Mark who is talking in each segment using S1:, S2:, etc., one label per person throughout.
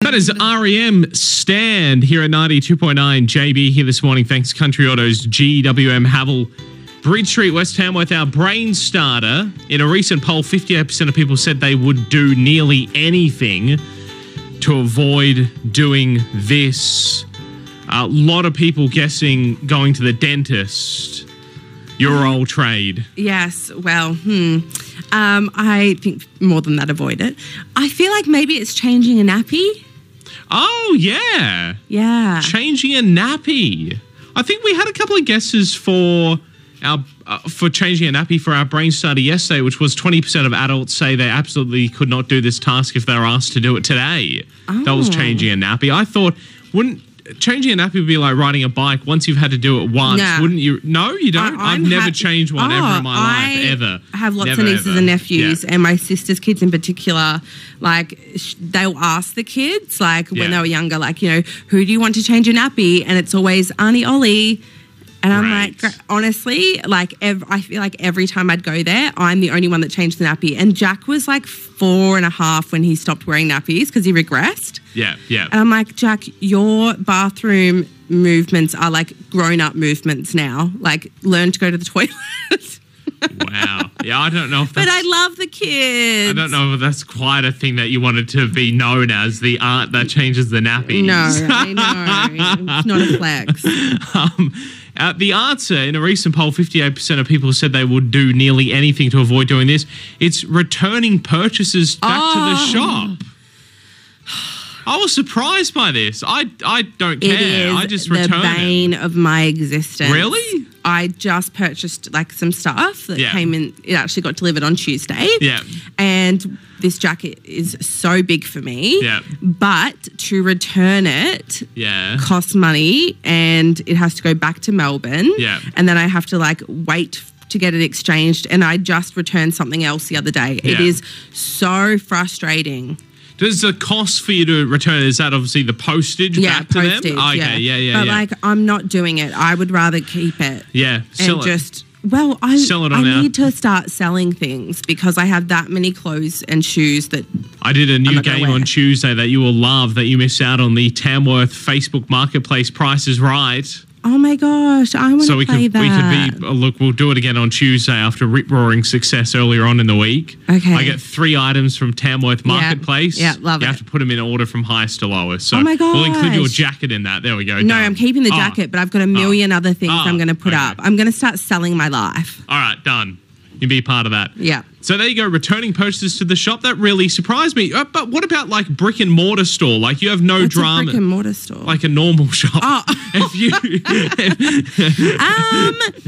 S1: That is REM E Stand here at 92.9 JB here this morning. Thanks, Country Autos GWM Havel. Bridge Street, West Ham, with our brain starter. In a recent poll, 58% of people said they would do nearly anything to avoid doing this. A lot of people guessing going to the dentist, your old trade.
S2: Yes, well, hmm. Um, I think more than that, avoid it. I feel like maybe it's changing a nappy.
S1: Oh, yeah.
S2: Yeah.
S1: changing a nappy. I think we had a couple of guesses for our uh, for changing a nappy for our brain study yesterday, which was twenty percent of adults say they absolutely could not do this task if they were asked to do it today. That was
S2: Oh.
S1: changing a nappy. I thought wouldn't changing a nappy would be like riding a bike. Once you've had to do it once,
S2: Nah.
S1: wouldn't you? No, you don't.
S2: I-
S1: I, have
S2: I'm
S1: never
S2: happy-
S1: changed one ever
S2: Oh,
S1: in my life.
S2: I
S1: Ever.
S2: have lots
S1: Never,
S2: of nieces
S1: ever.
S2: and nephews,
S1: Yeah.
S2: and my sister's kids in particular. Like sh- they'll ask the kids, like when
S1: Yeah.
S2: they were younger, like you know, who do you want to change your nappy? And it's always Auntie Ollie. And I'm like,
S1: Right.
S2: "Gra- honestly, like ev- I feel like every time I'd go there, I'm the only one that changed the nappy. And Jack was like four and a half when he stopped wearing nappies because he regressed.
S1: yeah, yeah,
S2: And Um, I'm like, Jack, your bathroom movements are like grown up movements now. Like, learn to go to the toilet.
S1: wow. Yeah, I don't know if that's.
S2: but I love the kids.
S1: I don't know if that's quite a thing that you wanted to be known as the aunt that changes the nappies.
S2: No, I know. It's not a flex.
S1: Um, uh, the answer in a recent poll, 58% of people said they would do nearly anything to avoid doing this. It's returning purchases back to the
S2: Oh.
S1: shop. I was surprised by this. I, I don't care.
S2: It is
S1: I just
S2: the
S1: return it.
S2: bane of my existence.
S1: Really?
S2: I just purchased like some stuff that
S1: Yeah.
S2: came in. It actually got delivered on Tuesday.
S1: Yeah.
S2: And this jacket is so big for me.
S1: Yeah.
S2: But to return it
S1: Yeah.
S2: costs money and it has to go back to Melbourne.
S1: Yeah.
S2: And then I have to like wait to get it exchanged. And I just returned something else the other day. It
S1: Yeah.
S2: is so frustrating.
S1: Does the cost for you to return is that obviously the postage
S2: Yeah,
S1: back to
S2: postage,
S1: them? Okay, yeah, yeah, yeah.
S2: But like, I'm not doing it. I would rather keep it.
S1: yeah, sell
S2: and
S1: it.
S2: just well, I
S1: Sell it on
S2: I
S1: our-
S2: need to start selling things because I have that many clothes and shoes that
S1: I did a new
S2: not gonna
S1: game
S2: wear
S1: on
S2: it.
S1: Tuesday that you will love that you missed out on the Tamworth Facebook Marketplace Price is Right.
S2: oh my gosh, I want to
S1: So we
S2: play
S1: could
S2: that.
S1: we could be uh, look. We'll do it again on Tuesday after rip roaring success earlier on in the week.
S2: Okay.
S1: I get three items from Tamworth Marketplace.
S2: yeah, love
S1: You have
S2: it.
S1: to put them in order from highest to lowest. So
S2: Oh my
S1: we'll include your
S2: gosh.
S1: jacket in that. There we go.
S2: no,
S1: done.
S2: I'm keeping the
S1: Ah,
S2: jacket, but I've got a million other things
S1: Ah,
S2: I'm going to put
S1: okay.
S2: up. I'm going to start selling my life.
S1: All right, done. You be part of that.
S2: Yeah.
S1: So there you go, returning purchases to the shop. That really surprised me. Uh, but what about like brick and mortar store? Like you have no
S2: It's a
S1: drama.
S2: brick and mortar store.
S1: like a normal shop.
S2: Oh.
S1: if uh, you
S2: um,
S1: what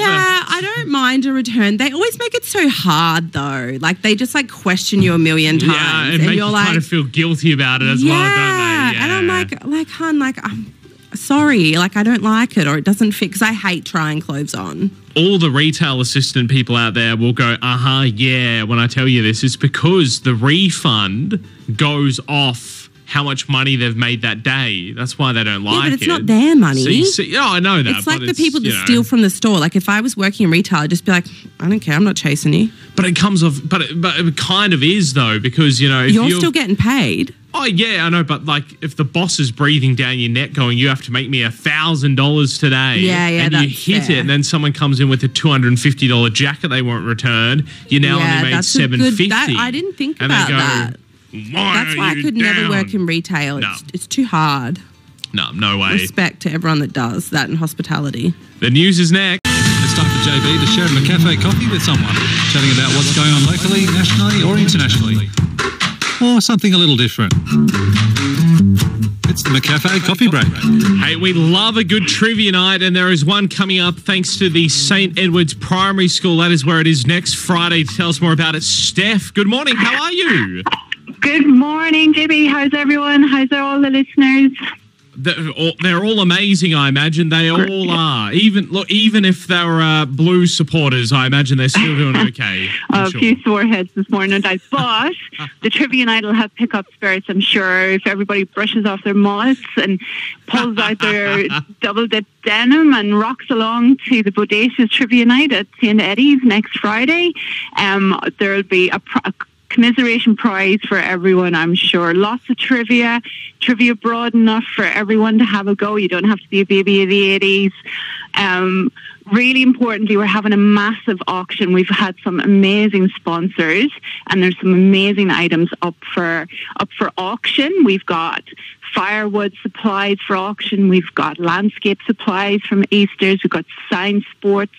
S2: yeah, I don't mind a return. They always make it so hard though. Like they just like question you a million times,
S1: yeah, it makes you kind of feel guilty about it as well, don't they?
S2: and I'm like, like, hun, like, I'm sorry, like, I don't like it, or it doesn't fit because I hate trying clothes on.
S1: all the retail assistant people out there will go, "Aha, yeah." When I tell you this, it's because the refund goes off how much money they've made that day. That's why they don't like
S2: but
S1: it.
S2: it's not their money.
S1: So you see- oh, I know that.
S2: it's
S1: but
S2: like the people that
S1: you know.
S2: steal from the store. Like, if I was working in retail, I'd just be like, I don't care, I'm not chasing you.
S1: But it comes off. But it, but it kind of is though, because you know if
S2: You're,
S1: you're-
S2: still getting paid.
S1: Oh yeah, I know, but like if the boss is breathing down your neck, going, "You have to make me a thousand dollars today,"
S2: Yeah, yeah,
S1: and you
S2: that's
S1: hit it,
S2: fair.
S1: and then someone comes in with a two hundred and fifty dollar jacket they won't return. You now
S2: Yeah,
S1: only made
S2: that's a good-
S1: seven fifty.
S2: that- I didn't think
S1: and
S2: about
S1: they go,
S2: that.
S1: Why
S2: That's why I could never work in retail. It's,
S1: No.
S2: it's too hard.
S1: No, no way.
S2: Respect to everyone that does that in hospitality.
S1: The news is next.
S3: It's time for JB to share him a cafe coffee with someone, chatting about what's going on locally, nationally, or internationally. Or something a little different. It's the McCafe Coffee Break.
S1: Hey, we love a good trivia night, and there is one coming up thanks to the St. Edward's Primary School. That is where it is next Friday. To tell us more about it, Steph. Good morning. How are you?
S4: Good morning, JB. How's everyone? How's all the listeners?
S1: They're all, they're all amazing. I imagine they all are. Even look, even if they're uh, blue supporters, I imagine they're still doing okay. I'm
S4: Uh, A
S1: sure.
S4: few sore heads this morning, no doubt. But the trivia night will have pick up spirits, I'm sure. If everybody brushes off their mullets and pulls out their double dip denim and rocks along to the Bodacious Trivia Night at St. Eddie's next Friday, um, there'll be a, pr- a commiseration prize for everyone, I'm sure. Lots of trivia, trivia broad enough for everyone to have a go. You don't have to be a baby of the 80s. Um, really importantly, we're having a massive auction. We've had some amazing sponsors, and there's some amazing items up for up for auction. We've got firewood supplies for auction. We've got landscape supplies from Easter's. We've got sign sports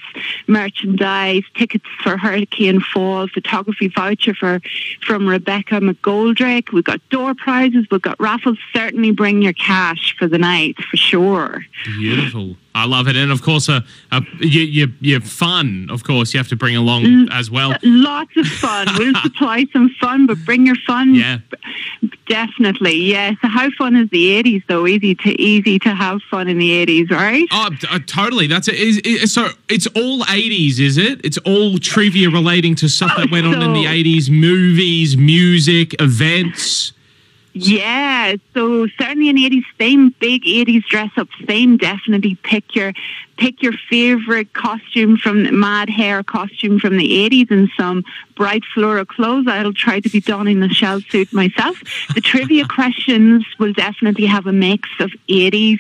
S4: merchandise, tickets for Hurricane Fall, photography voucher for from Rebecca McGoldrick. We've got door prizes. We've got raffles. Certainly bring your cash for the night for sure.
S1: Beautiful. I love it. And of course, uh, uh, you, you, you're fun, of course, you have to bring along
S4: Mm.
S1: as well.
S4: Lots of fun. We'll supply some fun, but bring your fun.
S1: Yeah.
S4: Definitely, yes. How fun is the eighties though? Easy to easy to have fun in the eighties, right?
S1: Oh, t- uh, totally. That's it. Is, is, so it's all 80s, is it? It's all trivia relating to stuff that went on in the
S4: So-
S1: 80s movies, music, events.
S4: Yeah, so certainly an eighties theme, big eighties dress up theme. Definitely pick your pick your favorite costume from the mad hair costume from the eighties and some bright floral clothes. I'll try to be donning the shell suit myself. The trivia questions will definitely have a mix of eighties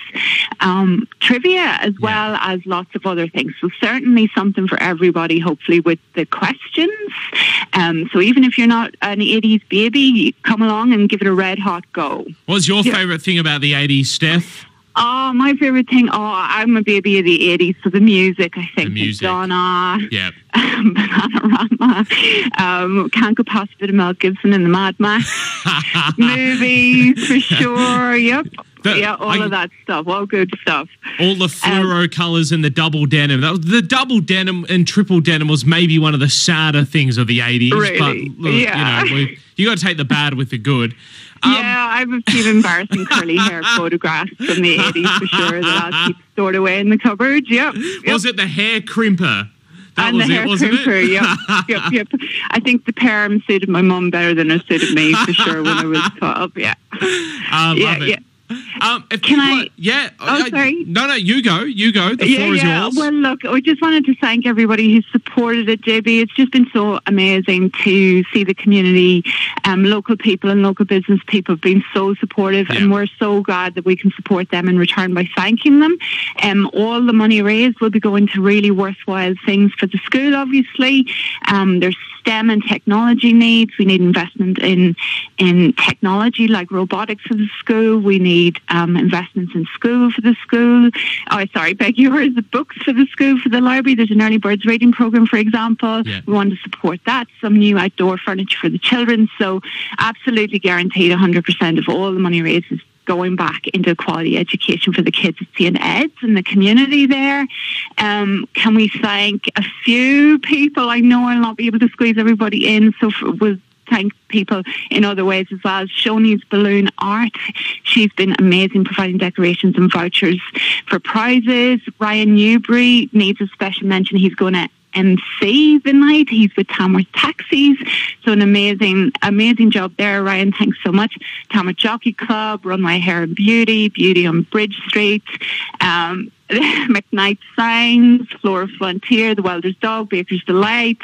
S4: um, trivia as well as lots of other things. So certainly something for everybody. Hopefully with the questions. Um, so even if you're not an eighties baby, you come along and give it a red hot go.
S1: What's your
S4: Yeah.
S1: favorite thing about the 80s, Steph?
S4: Oh, my favorite thing. Oh, I'm a baby of the 80s, so the music, I think.
S1: The music.
S4: Madonna,
S1: Yeah.
S4: Bananarama, um, Can't Go Past a Bit of Mel Gibson and the Mad Max movies, for sure. Yep.
S1: The-
S4: yeah, all
S1: I-
S4: of that stuff. All good stuff.
S1: All the fluoro
S4: Um,
S1: colors and the double denim. That was, the double denim and triple denim was maybe one of the sadder things of the 80s.
S4: Really?
S1: But look,
S4: Yeah.
S1: you know, we, you got to take the bad with the good. Um,
S4: yeah, I have a few embarrassing curly hair photographs from the 80s, for sure, that I'll keep stored away in the cupboard. Yep. yep.
S1: Was it the hair crimper? That
S4: and
S1: was
S4: the
S1: it,
S4: hair
S1: wasn't
S4: crimper,
S1: it?
S4: yep, yep, yep. I think the perm suited my mum better than it suited me for sure when I was twelve. Yeah,
S1: I
S4: yeah,
S1: love it.
S4: yeah.
S1: Um, if
S4: Can
S1: people-
S4: I-
S1: Yeah.
S4: Oh,
S1: I-
S4: sorry.
S1: No, no, you go. You go. The floor is yours.
S4: Well, look, I just wanted to thank everybody who supported it, JB. It's just been so amazing to see the community, um, local people and local business people have been so supportive,
S1: Yeah.
S4: and we're so glad that we can support them in return by thanking them. Um, all the money raised will be going to really worthwhile things for the school, obviously. Um, there's STEM and technology needs. We need investment in in technology like robotics for the school. We need um, investments in school for the school. Oh, sorry, beg yours, the books for the school, for the library. There's an early birds reading program, for example.
S1: Yeah.
S4: We want to support that. Some new outdoor furniture for the children. So, absolutely guaranteed 100% of all the money raised is going back into quality education for the kids at St. Ed's and the community there. Um, can we thank a few people? I know I'll not be able to squeeze everybody in, so f we'll thank people in other ways as well. Shoney's Balloon Art, she's been amazing providing decorations and vouchers for prizes. Ryan Newbury needs a special mention. He's going to MC the night. He's with Tamworth Taxis. So an amazing, amazing job there, Ryan. Thanks so much. Tamworth Jockey Club, Run My Hair and Beauty, Beauty on Bridge Street, um, McKnight Signs, Flora Frontier, The Welder's Dog, Baker's Delight,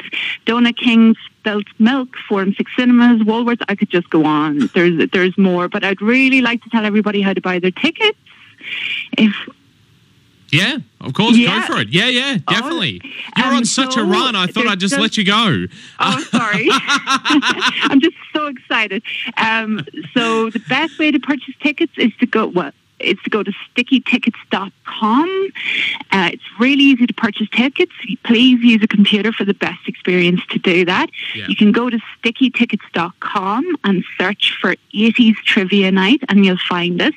S4: Donut King's Spilt Milk, Four and Six Cinemas, Woolworths. I could just go on. There's there's more, but I'd really like to tell everybody how to buy their tickets. If
S1: Yeah, of course.
S4: Yeah. Oh,
S1: Go for it. Yeah, yeah, definitely. You're
S4: um,
S1: on such a
S4: so
S1: run. I thought
S4: there's
S1: I'd just,
S4: just-
S1: let you go.
S4: Oh, sorry. I'm just so excited. Um, so the best way to purchase tickets is to go well, is to go to stickytickets.com. Uh, it's really easy to purchase tickets. Please use a computer for the best experience to do that.
S1: Yeah.
S4: You can go to stickytickets.com and search for 80s Trivia Night and you'll find us.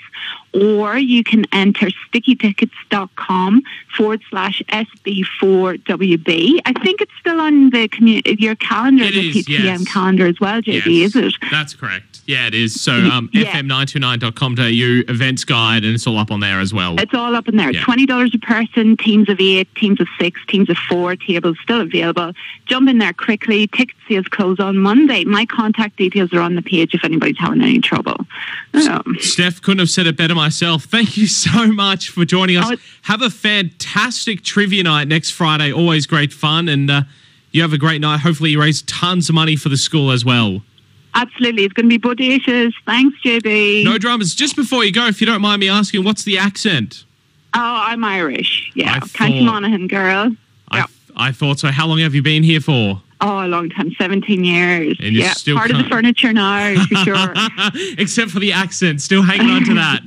S4: Or you can enter stickytickets.com forward slash SB4WB. I think it's still on the commu- your calendar,
S1: It
S4: the
S1: is,
S4: PTM
S1: yes.
S4: calendar as well, JB,
S1: Yes,
S4: is it?
S1: That's correct. Yeah, it is. So um,
S4: Yeah.
S1: fm929.com.au events guide, and it's all up on there as well.
S4: It's all up in there.
S1: Yeah.
S4: Twenty dollars a person, teams of eight, teams of six, teams of four, tables still available. Jump in there quickly. Ticket sales close on Monday. My contact details are on the page if anybody's having any trouble. Um,
S1: Steph couldn't have said it better myself. Thank you so much for joining us.
S4: Oh, it-
S1: have a fantastic trivia night next Friday. Always great fun, and uh, you have a great night. Hopefully, you raise tons of money for the school as well.
S4: Absolutely. It's going to be bodacious. Thanks, JB.
S1: No dramas. Just before you go, if you don't mind me asking, what's the accent?
S4: Oh, I'm Irish. Yeah.
S1: I
S4: County
S1: thought-
S4: Monaghan girl. Yeah.
S1: I, I thought so. How long have you been here for?
S4: Oh, a long time, 17 years.
S1: And you
S4: yeah,
S1: still
S4: part of
S1: can't-
S4: the furniture now, for sure.
S1: Except for the accent, still hanging on to that.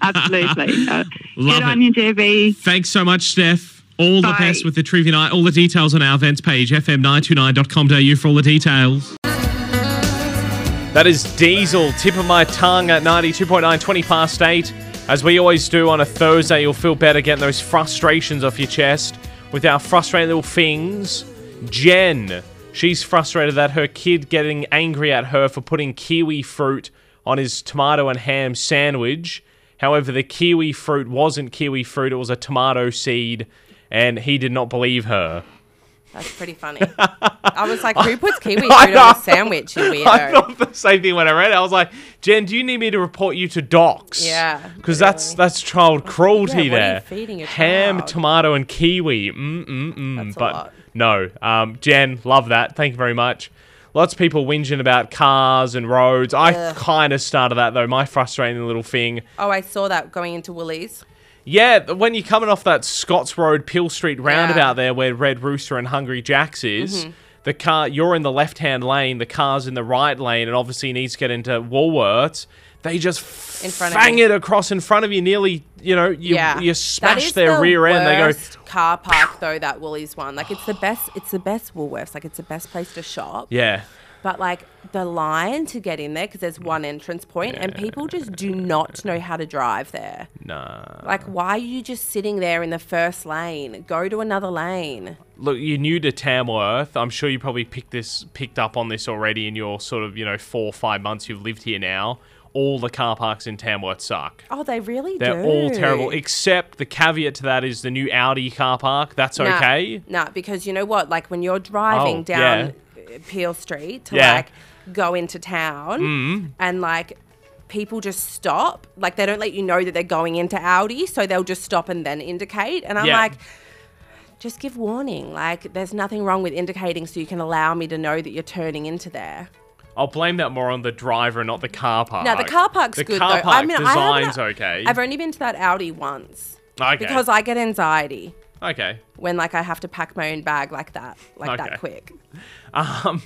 S4: Absolutely. Uh,
S1: Love
S4: good on
S1: it.
S4: you, JB.
S1: Thanks so much, Steph. All the
S4: Bye.
S1: best with the trivia night. All the details on our events page, fm929.com.au for all the details. That is Diesel, tip of my tongue at 92.9, 20 past 8. As we always do on a Thursday, you'll feel better getting those frustrations off your chest with our frustrating little things. Jen, she's frustrated that her kid getting angry at her for putting kiwi fruit on his tomato and ham sandwich. However, the kiwi fruit wasn't kiwi fruit, it was a tomato seed, and he did not believe her.
S2: That's pretty funny. I was like, who puts kiwi fruit on a sandwich, you
S1: I
S2: weirdo?
S1: thought the same thing when I read it. I was like, Jen, do you need me to report you to docs?
S2: Yeah,
S1: Because that's that's child cruelty
S2: Yeah, what are you
S1: there.
S2: feeding a
S1: Ham,
S2: child?
S1: tomato, and kiwi. Mm mm mm.
S2: That's a
S1: but
S2: lot.
S1: no, um, Jen, love that. Thank you very much. Lots of people whinging about cars and roads. I
S2: Ugh.
S1: kind of started that though. My frustrating little thing.
S2: Oh, I saw that going into Woolies.
S1: Yeah, th- when you're coming off that Scotts Road Peel Street roundabout there where Red Rooster and Hungry Jack's
S2: Mm-hmm.
S1: is, the car you're in the left hand lane, the car's in the right lane, and obviously needs to get into Woolworths. They just
S2: In front of
S1: fang
S2: you.
S1: it across in front of you, nearly you know, you
S2: yeah,
S1: you
S2: That
S1: smash
S2: is
S1: their
S2: the
S1: rear end, they go
S2: worst car park though. That Woolies one, like it's the best. It's the best Woolworths. Like it's the best place to shop.
S1: Yeah.
S2: But like the line to get in there because there's one entrance point, and people just do not know how to drive there.
S1: Nah.
S2: Like, why are you just sitting there in the first lane? Go to another lane.
S1: Look, you're new to Tamworth. I'm sure you probably picked this picked up on this already in your sort of, you know, four or five months you've lived here now. All the car parks in Tamworth suck.
S2: Oh, they really do.
S1: They're all terrible, except the caveat to that is the new Audi car park. That's
S2: Nah,
S1: okay.
S2: Nah, because you know what? Like when you're driving
S1: Oh,
S2: down uh Peel Street to
S1: Yeah. Mm.
S2: like go into town and like people just stop. Like they don't let you know that they're going into Audi, so they'll just stop and then indicate. And I'm
S1: Yeah.
S2: like, just give warning. Like there's nothing wrong with indicating so you can allow me to know that you're turning into there.
S1: I'll blame that more on the driver and not the car park.
S2: Now the car park's
S1: the
S2: good
S1: car
S2: though.
S1: park
S2: I mean, I
S1: design's
S2: haven't-
S1: okay.
S2: I've only been to that Audi once
S1: okay.
S2: because I get anxiety
S1: okay.
S2: when like I have to pack my own bag like that, like
S1: Okay.
S2: that quick.
S1: Um,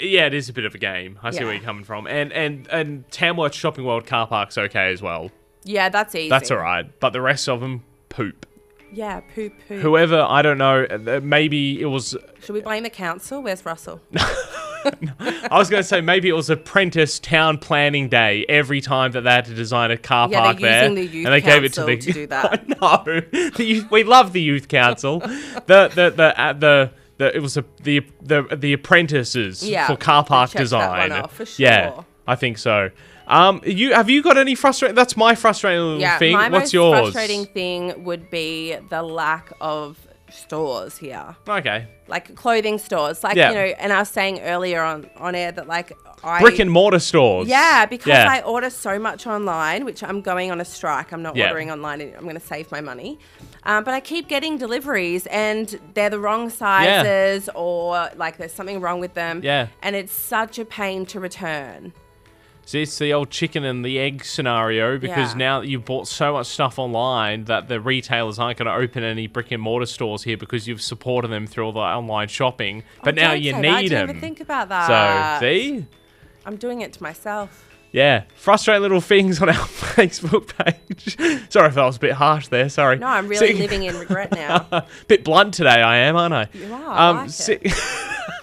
S1: yeah, it is a bit of a game. I see where
S2: Yeah.
S1: you're coming from. And and and Tamworth Shopping World car park's okay as well.
S2: Yeah, that's easy.
S1: That's all right. But the rest of them poop.
S2: Yeah, poo poo.
S1: Whoever I don't know, uh, maybe it was
S2: Should we blame the council? Where's Russell?
S1: I was going to say maybe it was apprentice town planning day every time that they had to design a car
S2: Yeah, they're
S1: park there,
S2: using the youth
S1: and they gave it to
S2: council
S1: the
S2: to do that.
S1: no, the youth, we love the youth council. the the the uh, the. The, it was a, the the the apprentices
S2: Yeah,
S1: for car
S2: they
S1: park
S2: checked that one
S1: design.
S2: off for
S1: Yeah,
S2: sure.
S1: I think so. Um, you have you got any frustrating? That's my frustrating little
S2: Yeah,
S1: thing.
S2: my
S1: What's
S2: most
S1: yours?
S2: frustrating thing would be the lack of stores here,
S1: Okay,
S2: like clothing stores. Like
S1: Yeah.
S2: you know, and I was saying earlier on on air that like I
S1: brick and mortar stores.
S2: yeah because
S1: Yeah.
S2: I order so much online, which I'm going on a strike. I'm not
S1: Yeah.
S2: ordering online. and I'm going to save my money. Um, but I keep getting deliveries and they're the wrong sizes or like there's something wrong with them.
S1: Yeah.
S2: And it's such a pain to return.
S1: See, it's the old chicken and the egg scenario because
S2: Yeah.
S1: now that you've bought so much stuff online that the retailers aren't going to open any brick and mortar stores here because you've supported them through all the online shopping. But
S2: Oh,
S1: now
S2: don't
S1: you
S2: say that. I
S1: need
S2: didn't even
S1: them.
S2: think about
S1: So,
S2: that.
S1: see?
S2: I'm doing it to myself.
S1: Yeah. Frustrating little things on our Facebook page. Sorry if that was a bit harsh there. Sorry.
S2: No, I'm really
S1: See-
S2: living in regret now.
S1: bit blunt today, I am, aren't I? Um,
S2: You are, I like
S1: si-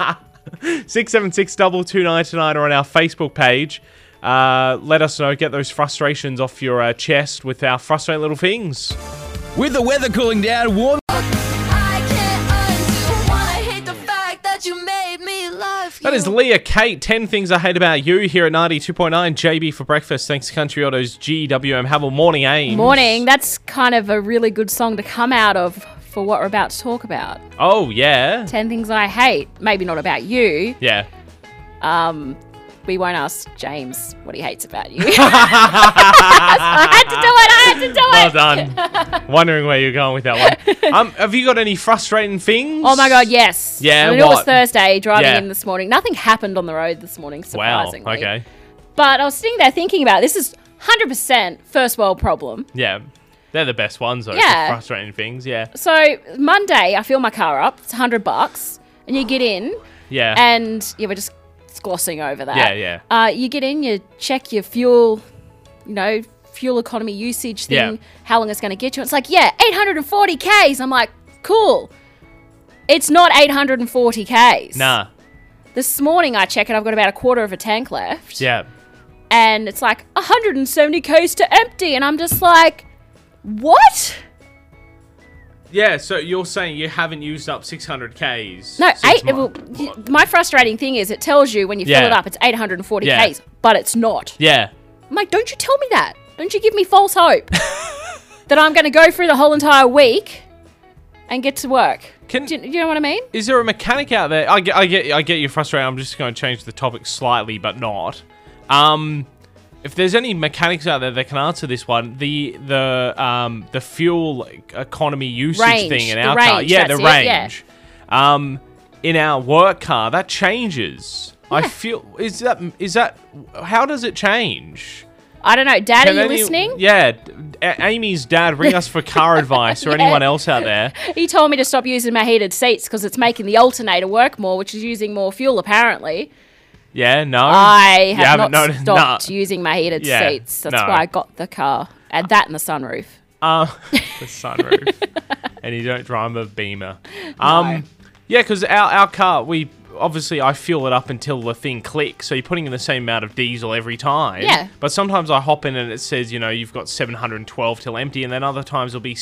S1: 676 2299 or on our Facebook page. Uh, let us know. Get those frustrations off your uh, chest with our frustrating little things.
S5: With the weather cooling down, warm.
S6: I can't undo what I hate the fact that you made me love you.
S1: That is Leah Kate. 10 things I hate about you here at 92.9. JB for breakfast. Thanks, to Country Autos. GWM. Have a morning, Ames.
S7: Morning. That's kind of a really good song to come out of for what we're about to talk about.
S1: Oh, yeah.
S7: 10 things I hate. Maybe not about you.
S1: Yeah.
S7: Um, we won't ask James what he hates about you. I had to do it. I had to do it.
S1: Well done. Wondering where you're going with that one. Um, have you got any frustrating things?
S7: Oh my god, yes.
S1: Yeah,
S7: I mean, it was
S1: what?
S7: Thursday driving
S1: Yeah.
S7: in this morning. Nothing happened on the road this morning,
S1: Wow.
S7: surprisingly.
S1: Okay.
S7: But I was sitting there thinking about it. this is 100% first world problem.
S1: Yeah. They're the best ones, though. for
S7: Yeah.
S1: Frustrating things. Yeah.
S7: So Monday, I fill my car up. It's 100 bucks. And you get in,
S1: Yeah.
S7: and yeah, we're just glossing over that.
S1: Yeah, yeah.
S7: Uh, you get in, you check your fuel, you know, fuel economy usage thing,
S1: Yeah.
S7: how long it's going to get you. It's like, yeah, 840 Ks. I'm like, cool. It's not 840 Ks.
S1: nah.
S7: This morning I check it, I've got about a quarter of a tank left.
S1: Yeah.
S7: And it's like 170 Ks to empty. And I'm just like, what?
S1: Yeah. So you're saying you haven't used up 600 Ks?
S7: No,
S1: since
S7: eight.
S1: Mon-
S7: Well, y- my frustrating thing is it tells you when you
S1: Yeah.
S7: fill it up, it's 840
S1: Yeah.
S7: Ks, but it's not.
S1: Yeah.
S7: I'm like, don't you tell me that. Don't you give me false hope that I'm going to go through the whole entire week and get to work.
S1: Can-
S7: do, you, do you know what I mean?
S1: Is there a mechanic out there? I get, I get, I get you frustrated. I'm just going to change the topic slightly, but not. Um, if there's any mechanics out there that can answer this one, the the um the fuel economy usage
S7: Range,
S1: thing in
S7: the
S1: our car,
S7: range,
S1: yeah, the
S7: that's it, yeah.
S1: range. Um, in our work car, that changes. I feel is that is that how does it change?
S7: I don't know. Dad,
S1: Can
S7: are you
S1: any-
S7: listening?
S1: Yeah, A- Amy's dad ring us for car advice or anyone else out there.
S7: He told me to stop using my heated seats because it's making the alternator work more, which is using more fuel apparently.
S1: Yeah, no.
S7: I
S1: Mm. You
S7: have
S1: haven't
S7: not
S1: noticed-
S7: stopped
S1: nah.
S7: using my heated
S1: Yeah,
S7: seats. That's
S1: no.
S7: why I got the car. And that and the sunroof. Um,
S1: Uh, the sunroof. and you don't drive a beamer. Um, Yeah, because our, our car, we obviously I fuel it up until the thing clicks. So you're putting in the same amount of diesel every time.
S7: Yeah.
S1: But sometimes I hop in and it says, you know, you've got 712 till empty. And then other times it'll be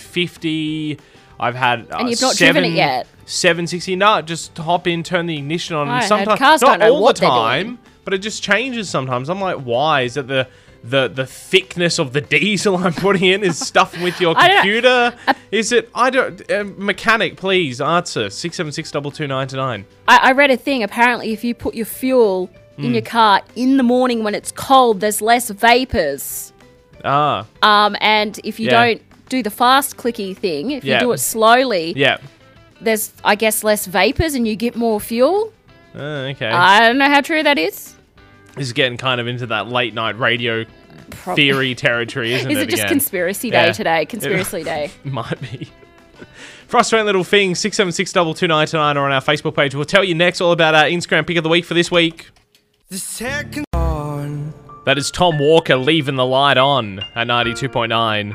S1: 650. I've had. Uh,
S7: And you've not
S1: seven,
S7: driven it yet.
S1: 760. No, just hop in, turn the ignition on.
S7: I
S1: and
S7: heard
S1: sometimes,
S7: cars
S1: not
S7: don't know
S1: all
S7: what
S1: the
S7: they're doing.
S1: time, but it just changes sometimes. I'm like, why is it the the the thickness of the diesel I'm putting in is stuffing with your
S7: I don't know.
S1: computer? Is it? I don't. Uh, mechanic, please answer six seven six double two nine to nine.
S7: I, I read a thing. Apparently, if you put your fuel in
S1: Hmm.
S7: your car in the morning when it's cold, there's less vapors.
S1: Ah,
S7: Um, and if you
S1: Yeah.
S7: don't do the fast clicky thing, if
S1: Yeah.
S7: you do it slowly,
S1: yeah.
S7: there's I guess less vapors and you get more fuel.
S1: Uh, okay.
S7: I don't know how true that is.
S1: this is getting kind of into that late night radio
S7: Prob-
S1: theory territory, isn't
S7: Is
S1: it?
S7: it just
S1: again?
S7: conspiracy day
S1: Yeah.
S7: today? Conspiracy day.
S1: Might be. Frustrating little thing, 676 2299 or on our Facebook page. We'll tell you next all about our Instagram pick of the week for this week.
S5: The second
S1: That is Tom Walker leaving the light on at 92.9.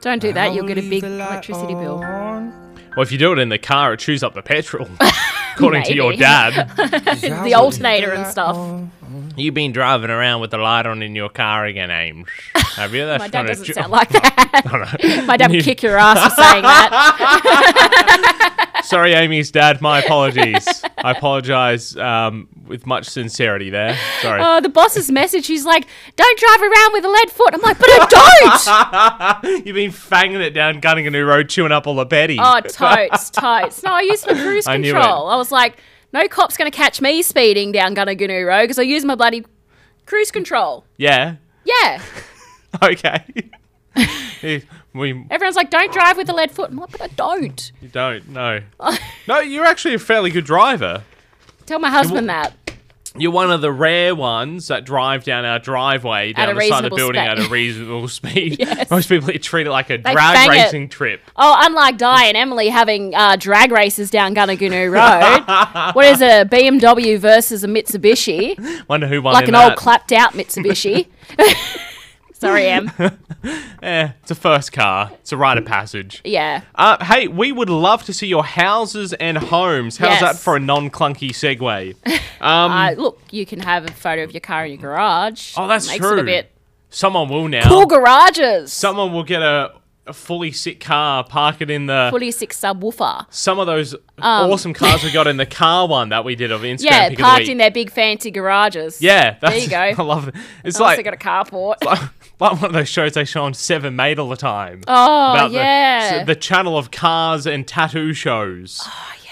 S7: Don't do that. You'll get a big electricity bill.
S1: Well, if you do it in the car, it chews up the petrol, according to your
S7: Maybe.
S1: dad.
S7: the alternator and stuff.
S1: You've been driving around with the light on in your car again, Ames. Have you? That's
S7: My dad
S1: not a
S7: doesn't
S1: ju-
S7: sound like that.
S1: No.
S7: My dad would
S1: You-
S7: kick your ass for saying that.
S1: Sorry, Amy's dad. My apologies. I apologize um, with much sincerity there. Sorry.
S7: Oh, the boss's message. He's like, "Don't drive around with a lead foot." I'm like, "But I don't."
S1: You've been fanging it down, gunning a new road, chewing up all the Betty.
S7: oh, totes, totes. No, I used for cruise
S1: I knew
S7: control. I, was like, "No cop's gonna catch me speeding down Gunnagunoo Road because I use my bloody cruise control."
S1: Yeah.
S7: Yeah,
S1: Okay. If we
S7: everyone's like, "Don't drive with a lead foot." I'm like, "But I don't."
S1: you don't know. no, you're actually a fairly good driver.
S7: Tell my husband that.
S1: You're one of the rare ones that drive down our driveway down
S7: a
S1: the side of the
S7: reasonable
S1: building
S7: spe-
S1: at a reasonable speed.
S7: Yes.
S1: Most people treat it like a
S7: bang
S1: drag
S7: it.
S1: racing trip.
S7: Oh, unlike Di and Emily having uh, drag races down Gunnagunoo Road, what is it, a BMW versus a Mitsubishi?
S1: Wonder who won
S7: Like
S1: in
S7: an
S1: that.
S7: old clapped out Mitsubishi. Sorry, Em.
S1: Eh, it's a first car. It's a rite of passage.
S7: Yeah.
S1: Uh, hey, we would love to see your houses and homes. How's
S7: Yes.
S1: that for a non-clunky segue?
S7: Uh, look, you can have a photo of your car in your garage.
S1: Oh, that's
S7: Makes
S1: true.
S7: It a bit
S1: Someone will now.
S7: cool garages.
S1: Someone will get a, a fully sick car, park it in the
S7: Fully six subwoofer.
S1: some of those awesome cars we got in the car one that we did of Instagram.
S7: Yeah,
S1: pick of the
S7: parked
S1: week.
S7: in their big fancy garages.
S1: Yeah,
S7: There you
S1: I
S7: go.
S1: love it. It's like
S7: Unless they got a carport.
S1: like one of those shows they show on Seven Made all the time.
S7: Oh,
S1: about the-
S7: yeah.
S1: s- the, channel of cars and tattoo shows.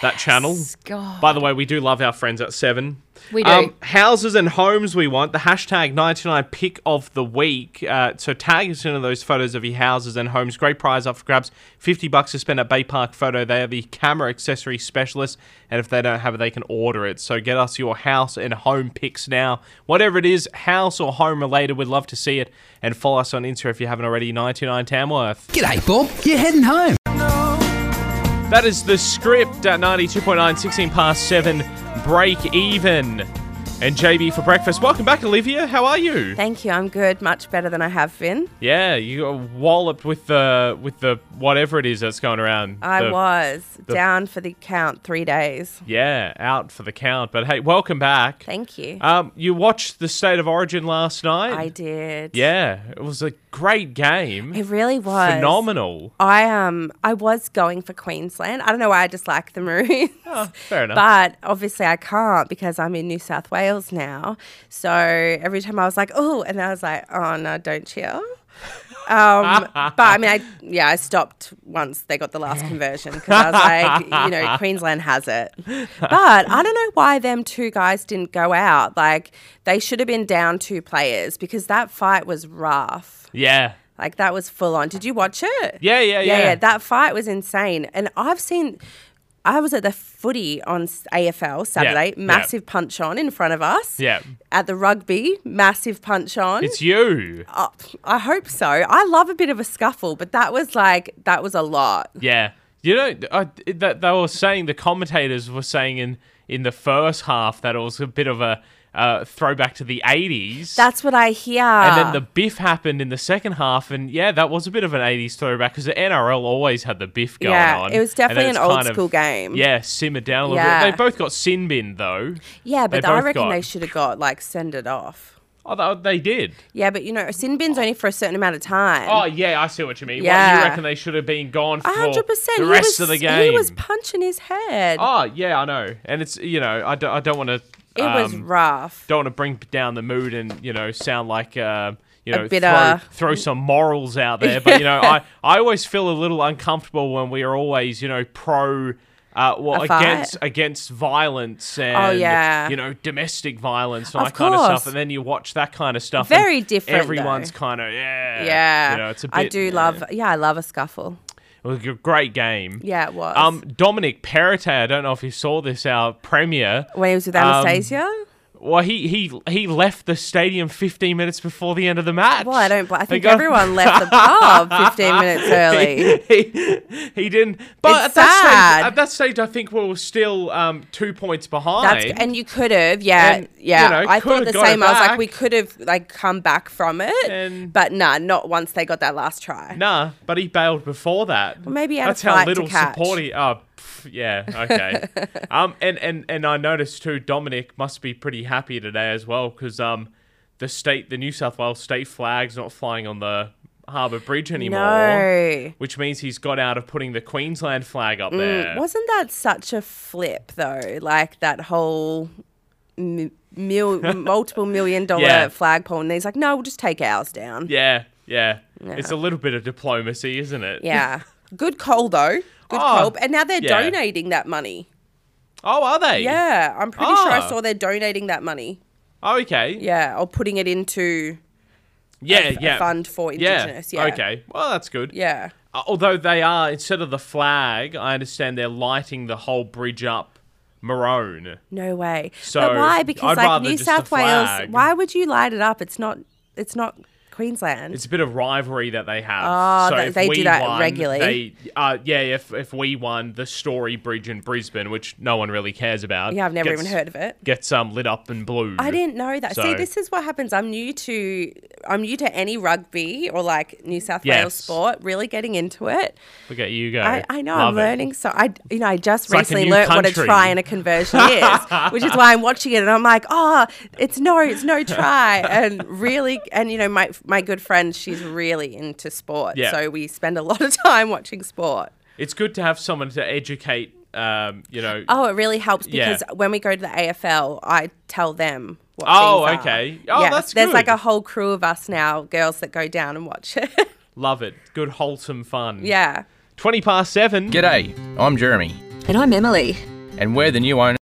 S1: That channel.
S7: Oh, God.
S1: By the way, we do love our friends at Seven. Um,
S7: We do.
S1: houses and homes we want. The hashtag 99 pick of the week. Uh, so tag us in of those photos of your houses and homes. Great prize up for grabs. 50 bucks to spend at Bay Park Photo. They are the camera accessory specialist. And if they don't have it, they can order it. So get us your house and home pics now. Whatever it is, house or home related, we'd love to see it. And follow us on Insta if you haven't already. 99 Tamworth.
S8: G'day, Bob. You're heading home.
S1: That is the script at 92.9, 16 past 7, break even. And JB for breakfast. Welcome back, Olivia. How are you?
S2: Thank you. I'm good. Much better than I have been.
S1: Yeah, you got walloped with the with the whatever it is that's going around.
S2: I
S1: The-
S2: was
S1: the-
S2: down for the count three days.
S1: Yeah, out for the count. But hey, welcome back.
S2: Thank you.
S1: Um, you watched the State of Origin last night.
S2: I did.
S1: Yeah, it was a great game.
S2: It really was.
S1: Phenomenal.
S2: I um I was going for Queensland. I don't know why I dislike the Maroons.
S1: Oh, fair enough.
S2: But obviously I can't because I'm in New South Wales now. So every time I was like, oh, and I was like, oh no, don't cheer. Um, but I mean, I yeah, I stopped once they got the last conversion because I was like, you know, Queensland has it. But I don't know why them two guys didn't go out. Like they should have been down two players because that fight was rough.
S1: yeah.
S2: Like that was full on. Did you watch it?
S1: Yeah, yeah, Uh, yeah.
S2: That fight was insane, and I've seen. I was at the footy on s- AFL Saturday.
S1: yeah.
S2: Massive punch on in front of us.
S1: Yeah.
S2: At the rugby, massive punch on.
S1: It's you.
S2: Oh, I hope so. I love a bit of a scuffle, but that was like that was a lot.
S1: Yeah, you know I, that they were saying the commentators were saying in in the first half that it was a bit of a uh, throwback to the eighties.
S2: That's ah. what I hear.
S1: and then the biff happened in the second half, and yeah, that was a bit of an '80s throwback because the NRL always had the biff going
S2: Yeah,
S1: on.
S2: it was
S1: and
S2: definitely
S1: then it's
S2: an old
S1: kind of-
S2: school game.
S1: Yeah, simmered down a little
S2: Yeah.
S1: bit. They both got sin bin though.
S2: yeah, but
S1: they
S2: I
S1: both
S2: reckon
S1: got-
S2: they should have got like send it off.
S1: Oh, th- they did.
S2: Yeah, but you know, a sin bin's only for a certain amount of time.
S1: Oh, yeah, I see what you mean. What, you
S2: Yeah.
S1: reckon they should have been gone for
S2: A hundred percent.
S1: the
S2: He
S1: rest
S2: was-
S1: of the game?
S2: He was punching his head.
S1: oh, yeah, I know. And it's, you know, I don't, um, I don't want to.
S2: it was rough.
S1: don't want to bring down the mood and you know sound like uh, you
S2: A
S1: know
S2: bit,
S1: throw,
S2: uh,
S1: throw some morals out there but you know I, I always feel a little uncomfortable when we are always you know pro uh, well
S2: A fight? Oh,
S1: against against violence and
S2: yeah.
S1: you know domestic violence and
S2: Of
S1: that kind of
S2: course.
S1: stuff and then you watch that kind of stuff
S2: Very
S1: and
S2: different,
S1: everyone's
S2: though.
S1: kind of yeah
S2: Yeah.
S1: you know it's a bit
S2: I do
S1: yeah.
S2: love yeah, I love a scuffle.
S1: it was a great game
S2: Yeah, it was.
S1: um Dominic Perrottet I don't know if you saw this our premier
S2: when he was with
S1: um,
S2: Anastasia?
S1: well, he he he left the stadium 15 minutes before the end of the match.
S2: well, I don't bl- I think
S1: got-
S2: everyone left the pub fifteen minutes early.
S1: he, he didn't. But
S2: It's
S1: at that
S2: sad.
S1: stage, at that stage, I think we were still um, two points behind.
S2: That's and you could have, yeah,
S1: And,
S2: yeah.
S1: you know,
S2: I
S1: could
S2: thought
S1: have
S2: the
S1: got it
S2: same. I was like,
S1: back.
S2: we could have like come back from it,
S1: And-
S2: but nah, not once they got that last try.
S1: nah, but he bailed before that.
S2: maybe he had a
S1: that's how
S2: flight to
S1: little
S2: catch.
S1: support he. Oh, pff, yeah, okay. um, and and and I noticed too, Dominic must be pretty happy today as well because um, the state, the New South Wales state flag's not flying on the harbour bridge anymore.
S2: No.
S1: Which means he's got out of putting the Queensland flag
S2: Mm,
S1: up there.
S2: Wasn't that such a flip though? Like that whole m- mil- multiple million dollar
S1: Yeah.
S2: flagpole, and he's like, "No, we'll just take ours down."
S1: Yeah, yeah. It's a little bit of diplomacy, isn't it?
S2: Yeah. Good call though. Good
S1: Oh,
S2: call. And now they're
S1: yeah.
S2: donating that money.
S1: Oh, are they?
S2: Yeah, I'm pretty sure I
S1: Oh.
S2: saw they're donating that money.
S1: Oh, okay. Yeah,
S2: Yeah, or putting it into
S1: yeah.
S2: a fund for Indigenous, yeah.
S1: Okay. Well, that's good.
S2: yeah.
S1: Uh, Although they are instead of the flag, I understand they're lighting the whole bridge up maroon.
S2: No way.
S1: So,
S2: but why? Because
S1: I'd
S2: like
S1: rather
S2: New
S1: just a
S2: South Wales,
S1: flag.
S2: why would you light it up? It's not. It's not Queensland.
S1: It's a bit of rivalry that they have.
S2: Oh,
S1: so
S2: they-
S1: if
S2: they do
S1: we
S2: that
S1: won,
S2: regularly.
S1: They, uh, yeah, if if we won the Story Bridge in Brisbane, which no one really cares about.
S2: yeah, I've never
S1: gets-
S2: even heard of it.
S1: Gets um lit up in blue.
S2: I didn't know that. See,
S1: So-
S2: this is what happens. I'm new to I'm new to any rugby or like New South
S1: Yes.
S2: Wales sport. Really getting into it.
S1: Look at you go.
S2: I, I know
S1: Love
S2: I'm
S1: it.
S2: learning. So I, you know, I just
S1: like a
S2: recently
S1: new
S2: learnt what
S1: country.
S2: a try and a conversion is, which is why I'm watching it and I'm like, oh, it's no, it's no try, and really, and you know, my my good friend, she's really into sport,
S1: Yeah.
S2: so we spend a lot of time watching sport.
S1: It's good to have someone to educate. Um, you know.
S2: Oh, it really helps
S1: Yeah.
S2: because when we go to the AFL, I tell them. What
S1: Oh,
S2: things are.
S1: okay. Oh, that's
S2: There's like
S1: good.
S2: a whole crew of us now, girls that go down and watch it.
S1: Love it. Good wholesome fun.
S2: yeah.
S1: Twenty past seven.
S5: G'day, I'm Jeremy,
S9: And I'm Emily.
S5: and we're the new owners.